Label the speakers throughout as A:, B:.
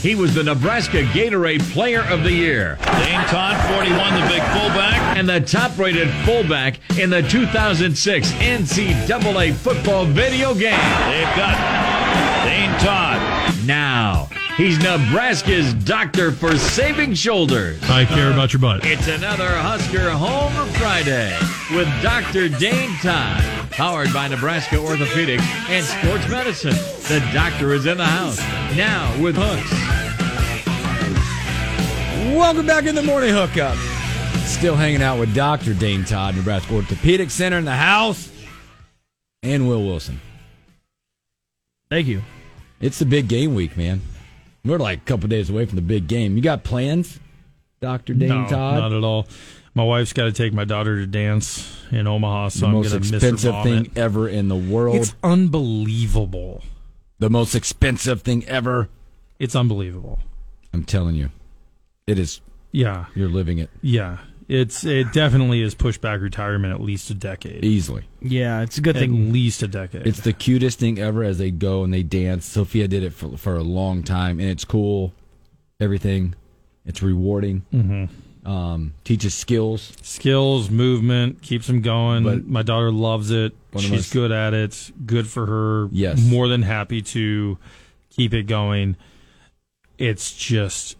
A: He was the Nebraska Gatorade Player of the Year
B: Dane Todd, 41, the big fullback.
A: and the top rated fullback in the 2006 NCAA football video game.
B: They've got Dane Todd.
A: Now, he's Nebraska's doctor for saving shoulders.
C: I care about your butt.
A: It's another Husker Home Friday with Dr. Dane Todd, powered by Nebraska Orthopedics and Sports Medicine. The doctor is in the house now with Hooks.
D: Welcome back in the morning hookup. Still hanging out with Dr. Dane Todd, Nebraska Orthopedic Center in the house, and Will Wilson.
C: Thank you.
D: It's the big game week, man. We're like a couple days away from the big game. You got plans, Dr. Dane
C: No,
D: Todd?
C: not at all. My wife's got to take my daughter to dance in Omaha, so
D: the
C: I'm
D: most
C: going to miss her
D: expensive
C: vomit.
D: thing ever in the world.
C: It's unbelievable.
D: the most expensive thing ever.
C: It's unbelievable.
D: I'm telling you, it is.
C: Yeah,
D: You're living it
C: yeah. It's it definitely is pushback retirement at least a decade.
D: easily.
E: Yeah, it's a good
C: At
E: thing.
C: least a decade.
D: It's the cutest thing ever as they go and they dance. Sophia did it for, for a long time, and it's cool. Everything, it's rewarding. Mm-hmm. Um, teaches skills.
C: skills, movement keeps them going.
D: But-
C: my daughter loves it.
D: One of
C: She's
D: my-
C: good at it. Good for her.
D: Yes.
C: more than happy to keep it going. It's just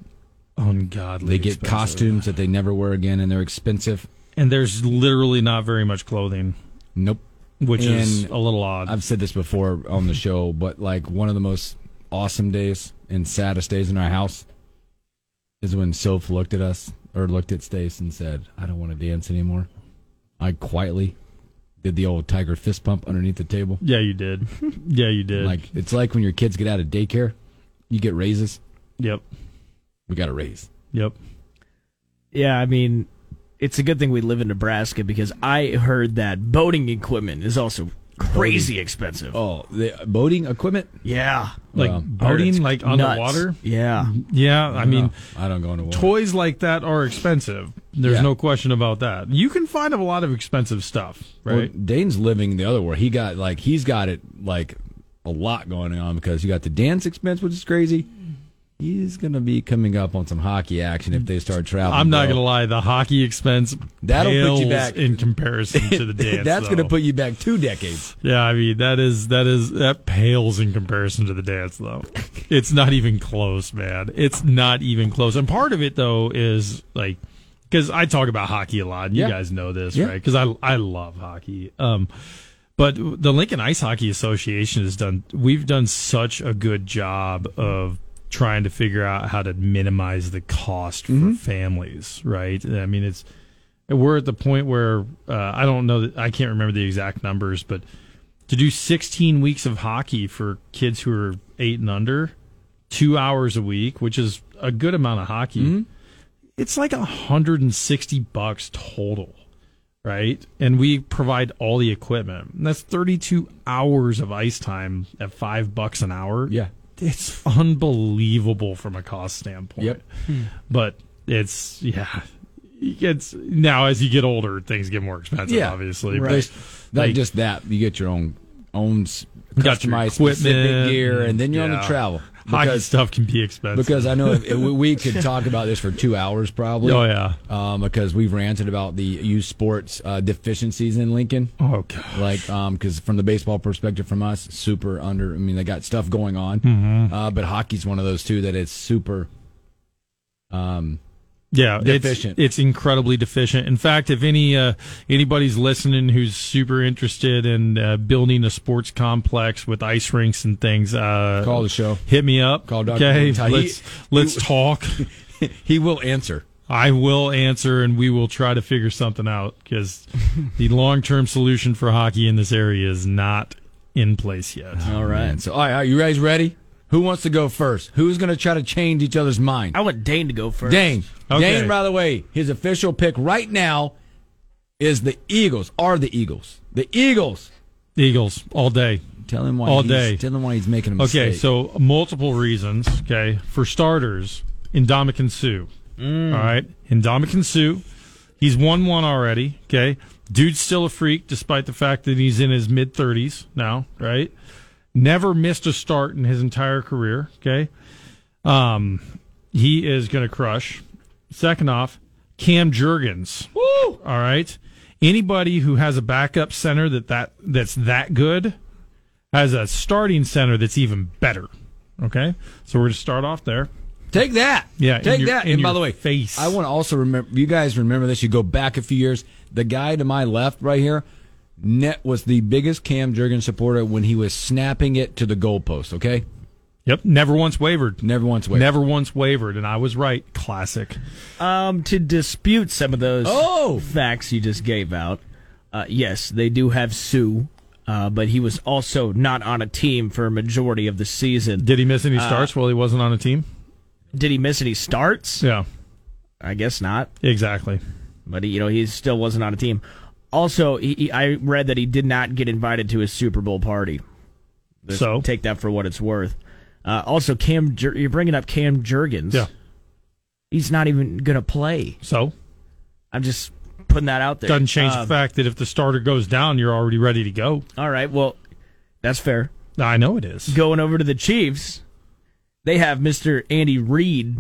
C: ungodly.
D: They get
C: expensive.
D: costumes that they never wear again, and they're expensive.
C: and there's literally not very much clothing,
D: Nope.
C: which is
D: And
C: a little odd.
D: I've said this before on the show, but like one of the most awesome days and saddest days in our house is when Soph looked at us or looked at Stace and said, I don't want to dance anymore. I quietly did the old tiger fist pump underneath the table.
C: yeah, you did. Yeah, you did.
D: Like it's like when your kids get out of daycare, you get raises.
C: yep,
D: We got a raise.
C: yep.
E: Yeah, I mean, it's a good thing we live in Nebraska because I heard that boating equipment is also crazy expensive.
D: Oh, the boating equipment?
E: Yeah.
C: Like
D: Well,
C: boating, like on
E: Nuts.
C: the water.
E: Yeah.
C: Yeah, I mean,
D: No, I don't go into water.
C: toys like that are expensive. There's
D: Yeah.
C: no question about that. You can find a lot of expensive stuff,
D: Well,
C: right?
D: Dane's living the other world. He got like he's got it like a lot going on because you got the dance expense, which is crazy. He's gonna be coming up on some hockey action if they start traveling.
C: I'm not
D: bro.
C: gonna lie, the hockey expense
D: That'll put you
C: pales
D: back-
C: in comparison to the dance.
D: That's
C: though.
D: gonna put you back two decades.
C: Yeah, I mean that is that is that pales in comparison to the dance though. It's not even close, man. It's not even close. And part of it though is like because I talk about hockey a lot. And
D: Yeah.
C: You guys know this,
D: Yeah.
C: right? Because I I love hockey. Um, but the Lincoln Ice Hockey Association has done. We've done such a good job of trying to figure out how to minimize the cost for
D: Mm-hmm.
C: families, right? I mean, it's we're at the point where uh, I don't know. I can't remember the exact numbers, but to do 16 weeks of hockey for kids who are eight and under, two hours a week, which is a good amount of hockey.
D: Mm-hmm.
C: It's like 160 bucks total, right? And we provide all the equipment. And that's 32 hours of ice time at five bucks an hour.
D: Yeah.
C: It's unbelievable from a cost standpoint.
D: Yep.
C: But it's, yeah. It's now as you get older, things get more expensive,
D: Yeah.
C: obviously.
D: Right.
C: But
D: not
C: Like-
D: just that. You get your own own s-
C: Got your
D: customized specific
C: equipment,
D: gear, and then you're on
C: yeah.
D: the travel
C: hockey
D: because
C: stuff can be expensive.
D: because I know if, if we- we could talk about this for two hours probably.
C: oh yeah.
D: Um, because we've ranted about the youth sports uh, deficiencies in Lincoln.
C: Oh god.
D: like um because from the baseball perspective from us super under i mean they got stuff going on
C: Mm-hmm.
D: uh, but hockey's one of those too that it's super um
C: Yeah,
D: Deficient.
C: It's, it's incredibly deficient. In fact, if any uh, anybody's listening who's super interested in uh, building a sports complex with ice rinks and things, uh,
D: Call the show.
C: Hit me up.
D: Call Dr.
C: Okay,
D: Ty- he-
C: let's let's
D: he-
C: talk.
D: he will answer
C: I will answer, and we will try to figure something out because the long term solution for hockey in this area is not in place yet.
E: All right.
D: and so all right are you guys ready Who wants to go first? Who's going to try to change each other's mind?
E: I want Dane to go first.
D: Dane.
C: Okay.
D: Dane, by the way, his official pick right now is the Eagles. Are the Eagles. The Eagles.
C: Eagles all day.
D: Tell him why
C: All
D: he's,
C: day.
D: Tell him why he's making a mistake.
C: Okay, so multiple reasons. Okay, for starters, Indomitian Sue. All right, Indomitian Sue. He's won one already. Okay, dude's still a freak despite the fact that he's in his mid thirties now. Right, never missed a start in his entire career. Okay, um, he is going to crush. Second off, Cam Jurgens. Woo! All right, anybody who has a backup center that, that that's that good has a starting center that's even better. Okay, so we're going to start off there.
D: Take that.
C: Yeah, in
D: Take
C: your-
D: that.
C: in
D: and by
C: your
D: the way,
C: face.
D: I want to also remember. You guys remember this? You go back a few years. The guy to my left, right here, Net was the biggest Cam Jurgens supporter when he was snapping it to the goalpost. Okay,
C: Yep, never once wavered.
D: never once wavered.
C: Never once wavered, and I was right. Classic.
E: Um, to dispute some of those
D: Oh!
E: facts you just gave out, uh, yes, they do have Sue, uh, but he was also not on a team for a majority of the season.
C: Did he miss
E: Uh,
C: any starts while he wasn't on a team?
E: Did he miss any starts?
C: Yeah,
E: I guess not.
C: exactly.
E: But he, you know, he still wasn't on a team. Also, he, he, I read that he did not get invited to his Super Bowl party. Just
C: So?
E: take that for what it's worth. Uh, also, Cam, Jur- you're bringing up Cam Jurgens.
C: Yeah.
E: he's not even gonna play.
C: So
E: I'm just putting that out there.
C: doesn't change the
E: Um,
C: fact that if the starter goes down, you're already ready to go.
E: All right, well, that's fair.
C: I know it is.
E: Going over to the Chiefs, they have Mr. Andy Reid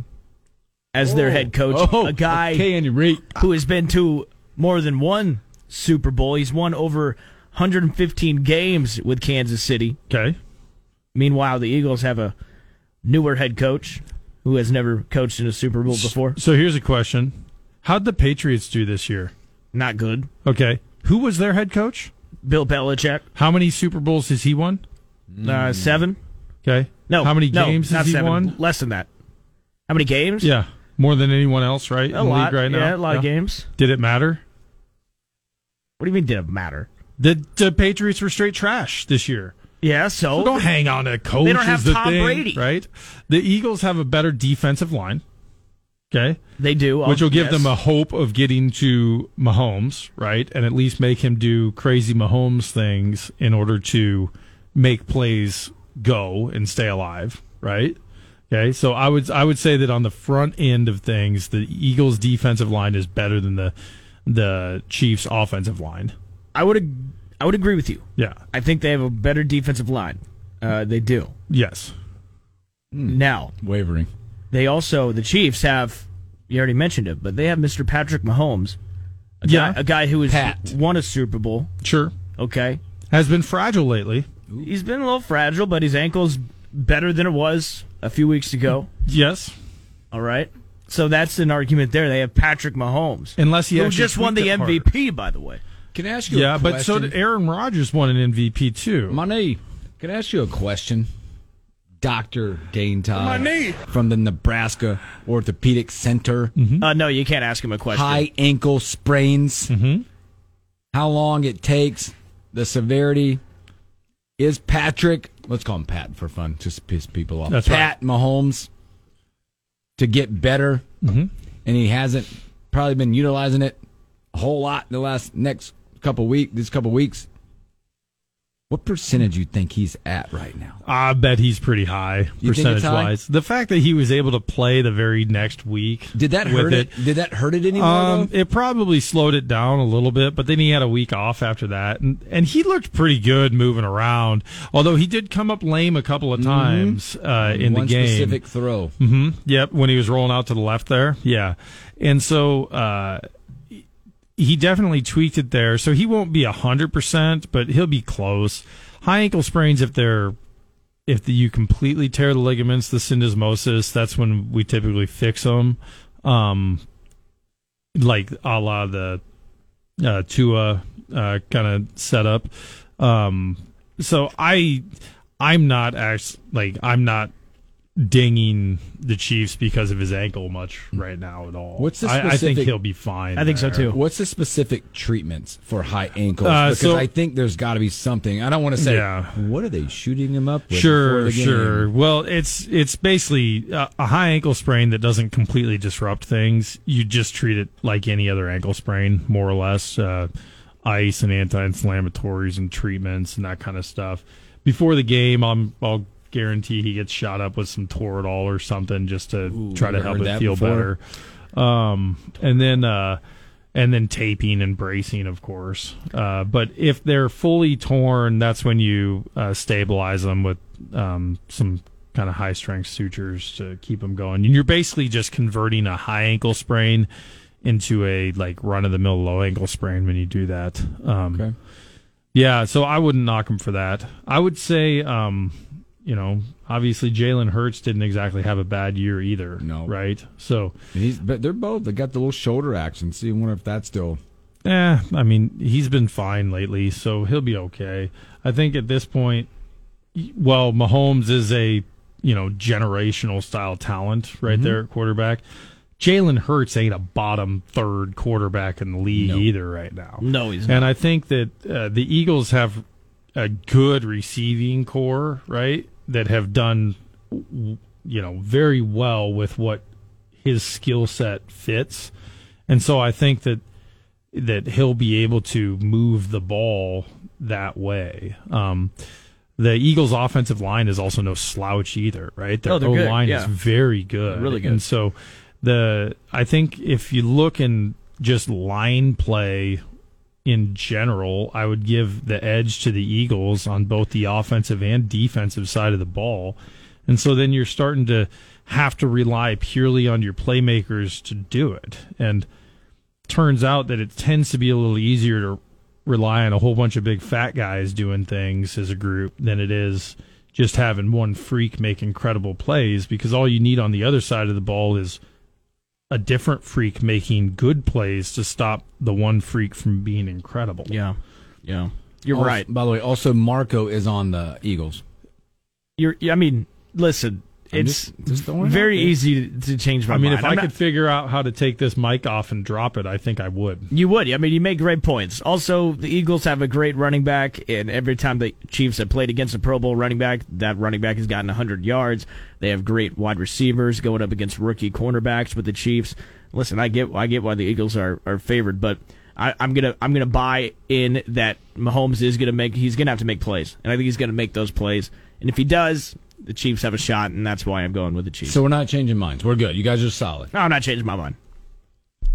E: as their head coach,
D: Oh,
E: a guy
D: Okay, Andy Reid.
E: who has been to more than one Super Bowl. He's won over 115 games with Kansas City.
C: Okay,
E: Meanwhile, the Eagles have a newer head coach who has never coached in a Super Bowl before.
C: so here's a question: How'd the Patriots do this year?
E: Not good.
C: Okay, who was their head coach?
E: Bill Belichick,
C: How many Super Bowls has he won?
E: uh, seven.
C: Okay,
E: No,
C: Hmm. How many
E: no,
C: games
E: not
C: has he
E: seven.
C: won?
E: Less than that. How many games?
C: Yeah, more than anyone else, right? in
E: a
C: the
E: lot.
C: league right now.
E: yeah, a lot of
C: Yeah.
E: games.
C: Did it matter?
E: What do you mean? Did it matter?
C: The, the Patriots were straight trash this year.
E: Yeah. So
C: So don't hang on to coach.
E: Oh. They don't have
C: is the
E: Tom
C: thing,
E: Brady.
C: right? The Eagles have a better defensive line. Okay,
E: they do,
C: which will give
E: yes.
C: them a hope of getting to Mahomes, right, and at least make him do crazy Mahomes things in order to make plays go and stay alive, right? Okay, so I would I would say that on the front end of things, the Eagles' defensive line is better than the the Chiefs' offensive line.
E: I would. ag- I would agree with you.
C: Yeah.
E: I think they have a better defensive line. Uh, they do.
C: Yes. Hmm.
E: Now,
D: Wavering.
E: they also, the Chiefs have, you already mentioned it, but they have Mr. Patrick Mahomes, a
C: Yeah.
E: guy, a guy who has
D: Pat.
E: won a Super Bowl.
C: Sure.
E: Okay.
C: Has been fragile lately.
E: He's been a little fragile, but his ankle's better than it was a few weeks ago.
C: Yes.
E: All right. So that's an argument there. They have Patrick Mahomes,
C: Unless he
E: who
C: actually
E: just won the
C: tweaked it harder.
E: MVP, by the way.
D: Can I ask you?
C: Yeah,
D: a
C: but so
D: question?
C: did Aaron Rodgers won an MVP too.
D: My knee. Can I ask you a question? Dr. Dane Todd. My knee. From the Nebraska Orthopedic Center.
C: Hmm?
E: Uh, no, you can't ask him a question.
D: High ankle sprains. Mm-hmm. How long it takes. The severity. Is Patrick, let's call him Pat for fun, just to piss people off.
C: That's
D: Pat Mahomes to get better. Mm-hmm. And he hasn't probably been utilizing it a whole lot in the last next couple week, these couple weeks. What percentage you think he's at right now?
C: I bet he's pretty high
D: You think
C: percentage
D: it's high?
C: wise. The fact that he was able to play the very next week
D: Did that
C: with
D: hurt it? Did that hurt it anymore?
C: Um,
D: though?
C: it probably slowed it down a little bit, but then he had a week off after that, and and he looked pretty good moving around. Although he did come up lame a couple of times uh, in
D: Mm-hmm. One
C: the game.
D: specific throw.
C: hmm Yep, when he was rolling out to the left there. Yeah. And so uh, he definitely tweaked it there. So he won't be 100%, but he'll be close. High ankle sprains, if they're. If you completely tear the ligaments, the syndesmosis, that's when we typically fix them. Um, like a la the uh, Tua uh, kind of setup. Um, so I, I'm not act like I'm not dinging the Chiefs because of his ankle much right now at all.
D: What's the
C: I, I think
D: specific-
C: he'll be fine.
E: I think so,
C: there.
E: too.
D: What's the specific treatments for high ankles?
C: Uh,
D: because
C: so-
D: I think there's got to be something. I don't want to say
C: Yeah.
D: what are they shooting him up. With before
C: Sure,
D: the game?"
C: sure. Well, it's it's basically a, a high ankle sprain that doesn't completely disrupt things. You just treat it like any other ankle sprain, more or less. Uh, ice and anti-inflammatories and treatments and that kind of stuff. Before the game, I'm I'll guarantee he gets shot up with some Toradol or something just to try to
D: never
C: help
D: heard
C: it
D: that
C: feel
D: before.
C: better. Um, and then uh, and then taping and bracing, of course. Uh, but if they're fully torn, that's when you uh, stabilize them with um, some kind of high strength sutures to keep them going. And you're basically just converting a high ankle sprain into a like run of the mill low ankle sprain when you do that. Um,
D: Okay.
C: yeah, so I wouldn't knock him for that. I would say, um, you know, obviously Jalen Hurts didn't exactly have a bad year either.
D: No.
C: Right? So,
D: And he's- but they're both. They got the little shoulder action. See, I wonder if that's still.
C: eh, I mean, he's been fine lately, so he'll be okay. I think at this point, y- well, Mahomes is a, you know, generational style talent right there at quarterback. Jalen Hurts ain't a bottom third quarterback in the league either right now.
E: No, he's
C: And I think that uh, the Eagles have a good receiving core, right? That have done, w- you know, very well with what his skill set fits, and so I think that that he'll be able to move the ball that way. Um, the Eagles' offensive line is also no slouch either, right? Their
E: No, they're
C: O
E: good,
C: line is
E: yeah.
C: very good,
E: Really good.
C: And so the I think if you look in just line play in general, I would give the edge to the Eagles on both the offensive and defensive side of the ball. And so then you're starting to have to rely purely on your playmakers to do it. And turns out that it tends to be a little easier to rely on a whole bunch of big fat guys doing things as a group than it is just having one freak make incredible plays because all you need on the other side of the ball is a different freak making good plays to stop the one freak from being incredible.
E: yeah, yeah. You're
D: Also-
E: right.
D: By the way, also Marco is on the Eagles.
E: You're. I mean, listen.
D: I'm
E: it's
D: just- just throwing it out
E: very
D: there.
E: easy to change my
C: I mean,
E: mind.
C: if
E: I'm
C: I
E: not-
C: could figure out how to take this mic off and drop it, I think I would.
E: You would. I mean, you make great points. Also, the Eagles have a great running back, and every time the Chiefs have played against a Pro Bowl running back, that running back has gotten 100 yards. They have great wide receivers going up against rookie cornerbacks with the Chiefs. Listen, I get, I get why the Eagles are, are favored, but I, I'm gonna, I'm gonna buy in that Mahomes is gonna make, he's gonna have to make plays, and I think he's gonna make those plays. And if he does, the Chiefs have a shot, and that's why I'm going with the Chiefs.
D: So we're not changing minds. We're good. You guys are solid.
E: no, I'm not changing my mind.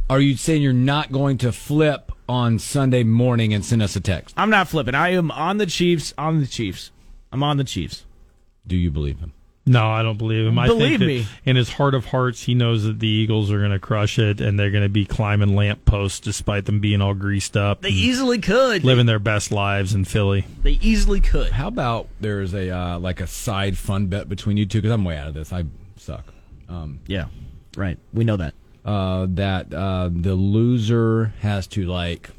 D: Are you saying you're not going to flip on Sunday morning and send us a text?
E: I'm not flipping. I am on the Chiefs. On the Chiefs. I'm on the Chiefs.
D: Do you believe him?
C: No, I don't believe him. I think
E: Believe
C: that
E: me.
C: In his heart of hearts, he knows that the Eagles are going to crush it and they're going to be climbing lamp posts despite them being all greased up,
E: They
C: and
E: easily could.
C: living their best lives in Philly.
E: They easily could.
D: How about there's a uh, like a side fun bet between you two? Because I'm way out of this. I suck. Um,
E: Yeah, right. We know that.
D: uh, that uh, the loser has to like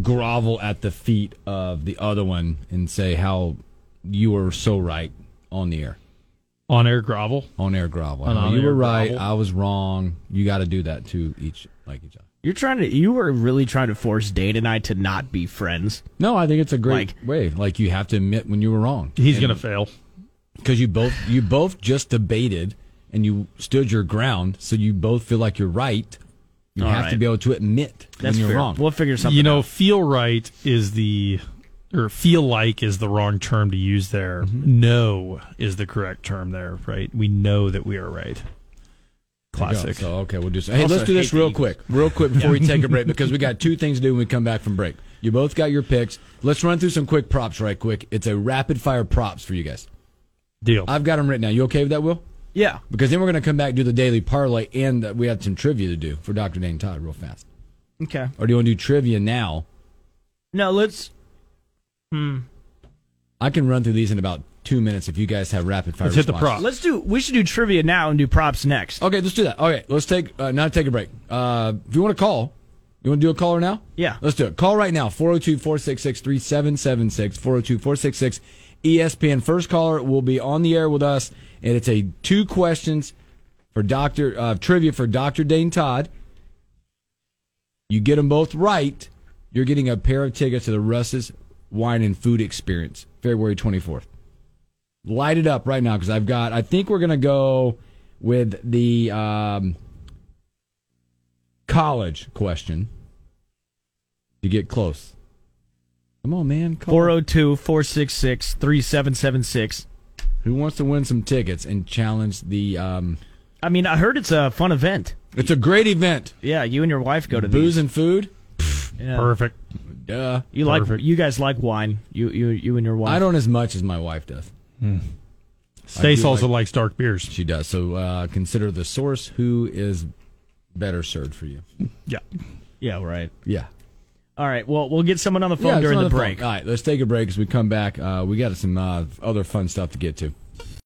D: grovel at the feet of the other one and say how you were so right on the air.
C: On air grovel.
D: On air grovel.
C: An
D: How you
C: on-air
D: were right.
C: grovel?
D: I was wrong. You got to do that to each like each other.
E: You're trying to. You were really trying to force Dane and I to not be friends.
D: No, I think it's a great
E: Like-
D: way. Like you have to admit when you were wrong.
C: He's going to fail.
D: because you both you both just debated and you stood your ground, so you both feel like you're right. You
E: All
D: have to
E: right.
D: be able to admit
E: That's
D: when you're
E: fair.
D: wrong.
E: We'll figure something.
C: you know,
E: out.
C: feel right is the or feel like is the wrong term to use there. Know is the correct term there, right? We know that we are right.
D: There you go.
C: Classic.
D: So okay, we'll do. Hey,
E: Also
D: let's do this
E: hate the
D: real
E: Eagles.
D: quick, real quick before we take a break because we got two things to do when we come back from break. You both got your picks. Let's run through some quick props right quick. It's a rapid fire props for you guys.
C: Deal.
D: I've got them written down. You okay with that, Will?
E: yeah.
D: Because then we're going to come back do the daily parlay and uh, we have some trivia to do for Dr. Dane Todd real fast.
E: Okay.
D: Or do you want to do trivia now?
E: No, let's. Hmm.
D: I can run through these in about two minutes if you guys have rapid fire.
C: Let's hit the
D: responses.
C: prop.
E: Let's do. We should do trivia now and do props next.
D: Okay, let's do that. Okay, let's take uh, now take a break. Uh, if you want to call, you want to do a caller now? oh
E: Yeah.
D: Let's do it. Call right now 402 466 3776. 402 466 ESPN first caller will be on the air with us, and it's a two questions for Doctor uh, trivia for Doctor Dane Todd. You get them both right, you're getting a pair of tickets to the Russ's Wine and Food Experience, February 24th. Light it up right now because I've got. I think we're gonna go with the um, college question to get close. Come on, man. Call.
E: 402 466 3776.
D: Who wants to win some tickets and challenge the? Um,
E: I mean, I heard it's a fun event.
D: it's a great event.
E: Yeah, you and your wife go to
D: Booze
E: these.
D: and food.
E: Yeah.
C: Perfect.
D: Duh.
E: You like you guys like wine. You you you and your wife.
D: I don't as much as my wife does.
C: Stace
D: do
C: also likes dark beers.
D: She does. So uh, consider the source who is better served for you.
C: Yeah.
E: Yeah, right.
D: Yeah.
E: All right. Well, we'll get someone on the phone
D: Yeah, it's
E: during the
D: another phone.
E: break.
D: All right, let's take a break as we come back. Uh, we got some uh, other fun stuff to get to.